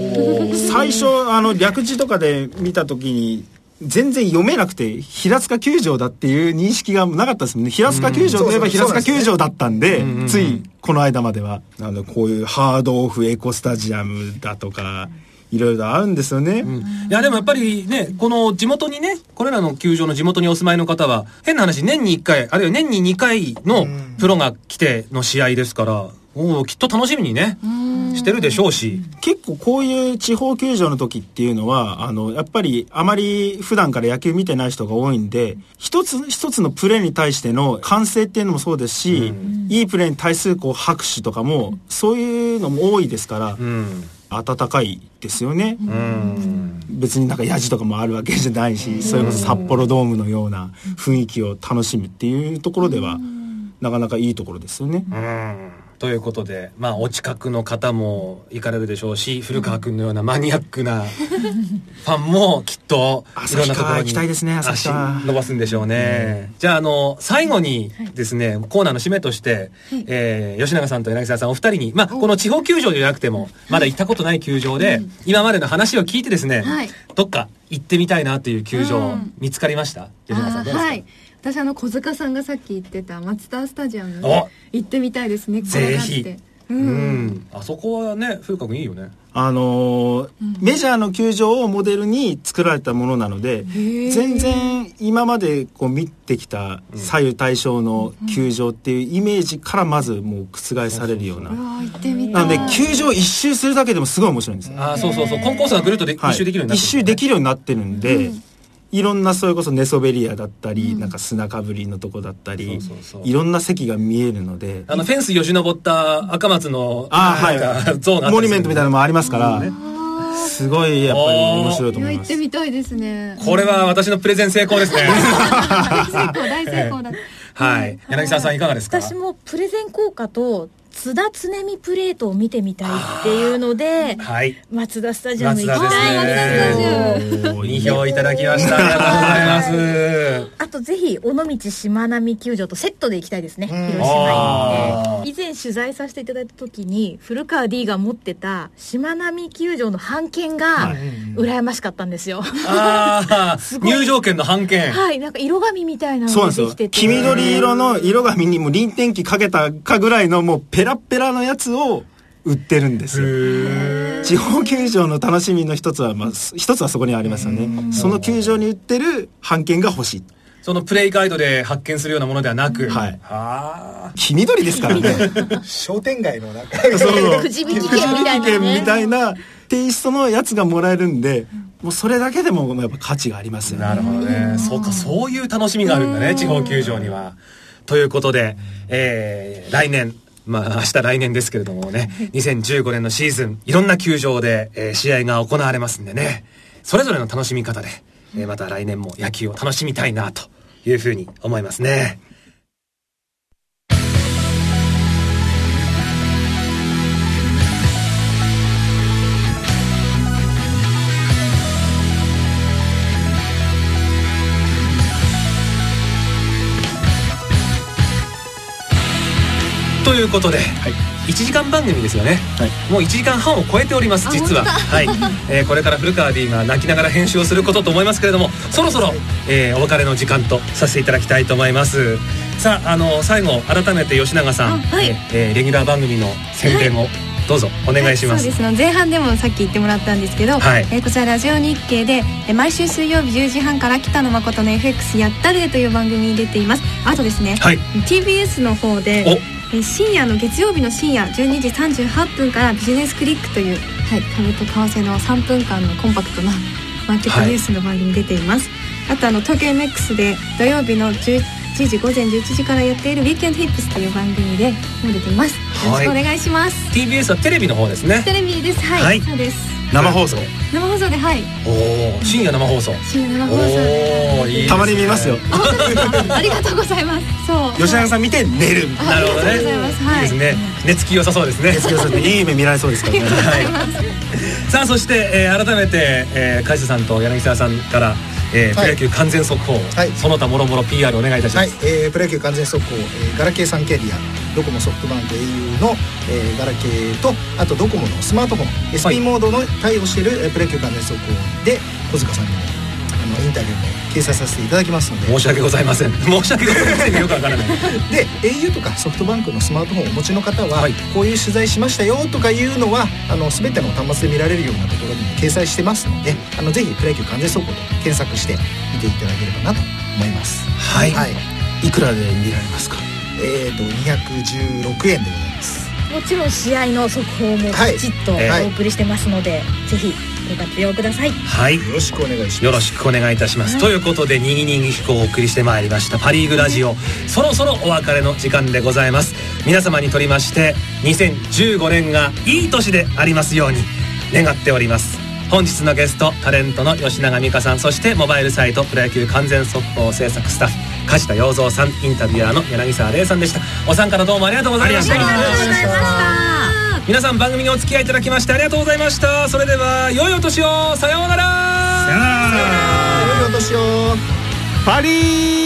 [laughs]
最初、あの、略字とかで見たときに、全然読めなくて、平塚球場だっていう認識がなかったですもんね。平塚球場といえば
うん
平塚球場だったんで
そうなん、です
つ
ね
いこの間までは、あの、こういうハードオフエコスタジアムだとか、いろいろあるんですよね。
いやでもやっぱりね、この地元にね、これらの球場の地元にお住まいの方は、変な話、年に1回、あるいは年に2回の
うん
プロが来ての試合ですから、おーきっと楽しみにね、してるでしょうし。
結構こういう地方球場の時っていうのは、あの、やっぱりあまり普段から野球見てない人が多いんで、一つ一つのプレーに対しての歓声っていうのもそうですし、いいプレーに対するこう拍手とかも、そういうのも多いですから
う、ん。
温かいですよね。
うん。
別になんかヤジとかもあるわけじゃないし、それこそ札幌ドームのような雰囲気を楽しむっていうところでは、なかなかいいところですよね。
うん。ということで、まあ、お近くの方も行かれるでしょうし、古川君のようなマニアック
[laughs]
なファンもきっと、いろんなところ
旭川
に
行きたいですね旭
足
川
伸ばすんでしょうね。じゃあ、あの、最後にですね、コーナーの締めとして、えー吉永さんと柳沢さんお二人に、まあ、この地方球場じゃなくても、まだ行ったことない球場で、今までの話を聞いてですね、
はい
どっか行ってみたいなという球場、
うん
見つかりました吉永さんど
あー
うですか、
はい私あの小塚さんがさっき言ってたマツダスタジアム
お
行ってみたいですね
ぜひ
転がって
う
うん
ん。あそこはね、風格いいよね。
あのーメジャーの球場をモデルに作られたものなので全然今までこう見てきた左右対称の球場っていうイメージからまずもう覆されるような、
うわー行ってみた。
ないので球場一周するだけでもすごい面白いんです、
あーそうそうそう。コンコースがぐるっとで、
はい
一周できるようになって
一周できるようになってるんで、いろんなそれこそ寝そべり屋だったり、なんか砂かぶりのとこだったり
そうそうそう
いろんな席が見えるので
あの、フェンスよじ登った赤松の、
あ
なん
ー
かゾーンが
はいモニュメントみたいなの
な。
もありますから、すごいやっぱり面白いと
い
思
や
い
行
ま
っ
す
てみたいですね
これは私のプレゼン成功ですね。
大成功大成功だ
はい。柳沢さんいかがですか
私もプレゼン効果と津田常美プレートを見てみたいっていうので
はい。
松田スタジアム行き
松
たい
田
で
ですすね
おー
2票いただきました。ありがとうございます。
あとぜひ尾道しまなみ球場とセットで行きたいですね広
あ
島
ー
に以前取材させていただいた時に古川 D が持ってたしまなみ球場の半券が羨ましかったんですよ
ああ、
ごい
入場券の半券。
はいなんか色紙みたいな
そう
の
なん
が
ですよ
できて。て
黄緑色の色紙にもう臨転機かけたかぐらいのもうペラッペラのやつを売ってるんですよ。地方球場の楽しみの一つは、まあ、す一つはそこにありますよね。その球場に売ってる版権が欲しい。
そのプレイガイドで発見するようなものではなく。
はい
あ
黄緑で
[laughs]
すからね。
商店街のなんか
そうそう
くじ引き券みたいなね
くじ引き券みたいなテイストのやつがもらえるんで、もうそれだけでもやっぱ価値があります
あ。なる
よね。
ほどね。そうか、そういう楽しみがあるんだね、地方球場には。ということで、えー、来年、まあ明日来年ですけれども [laughs] ね、2015年のシーズン、いろんな球場で、えー試合が行われますんでね、それぞれの楽しみ方で、えーまた来年も野球を楽しみたいなというふうに思いますね。ということで、1
い
時間番組ですよね、
はい
もう1時間半を超えております実は、はい
[laughs]
えーこれから古川 D が泣きながら編集をすることと思いますけれどもそろそろ、えーお別れの時間とさせていただきたいと思いますさああの最後改めて吉永さん、
はい
えーレギュラー番組の宣伝をどうぞお願いします、
はいそうですね前半でもさっき言ってもらったんですけど、
はい
えーこちらラジオ日経で、えー毎週水曜日10時半から北野誠の FX やったれという番組に出ていますあとですね、
はい
TBS の方で
お
えー深夜の月曜日の深夜12時38分からビジネスクリックという、はい、株と為替の3分間のコンパクトなマーケットニュースの番組に出ています、あとあの東京 MX で土曜日の11時午前11時からやっている「ウィークエンドヒップス」という番組でもう出ていますよろしくお願いします、
TBS はテレビの方ですね
テレビですはい、
はい
そうです
生放送
生放送ではい
おお深夜生放送
深夜生
お
放送で
おーいいですね
たまに見ますよ
あ本当ですか [laughs] ありがとうございますそう
吉永さん見て
[laughs]
寝るみたい
なるほど
あ
ね
りがとうございますはい
いですね寝つき良さそうですね
な吉永さんっていい夢見られそうですからね
さあそして、えー改めて、えー、梶田さんと柳沢さんから、えー
はい
プロ野球完全速報、
はい
その他もろもろ PR お願いいたしま
はい
す、、
えープロ野球完全速報、えーガラケー3キャリアドコモソフトバンク au の、えーガラケーとあとドコモのスマートフォン SP モードの対応している、えープロ野球完全速報で小塚さんにもあのインタビューも掲載させていただきますので
申し訳ございません申し訳ございませんよくわからない
で au とかソフトバンクのスマートフォンをお持ちの方は、
はい
こういう取材しましたよとかいうのはあの全ての端末で見られるようなところにも掲載してますのであのぜひプロ野球完全速報と検索して見ていただければなと思います。
はい、
はい
いくらで見られますか
えー、と216円でございます。
もちろん試合の速報も
はい
きちっと
え
ー
お送りしてますので、ぜひご活用ください。
はい
よろしくお願いします。
よろしくお願いいたします、ということで「にぎにぎ飛行」をお送りしてまいりました「パ・リーグラジオ」そろそろお別れの時間でございます皆様にとりまして2015年がいい年でありますように願っております本日のゲストタレントの吉永美香さんそしてモバイルサイトプロ野球完全速報制作スタッフ梶田洋三さんインタビュアーの柳沢玲さんでしたお三方どうもありがとうございました皆さん番組にお付き合いいただきましてありがとうございましたそれでは良いお年をさようなら
さよなら
良いお年を。
パリー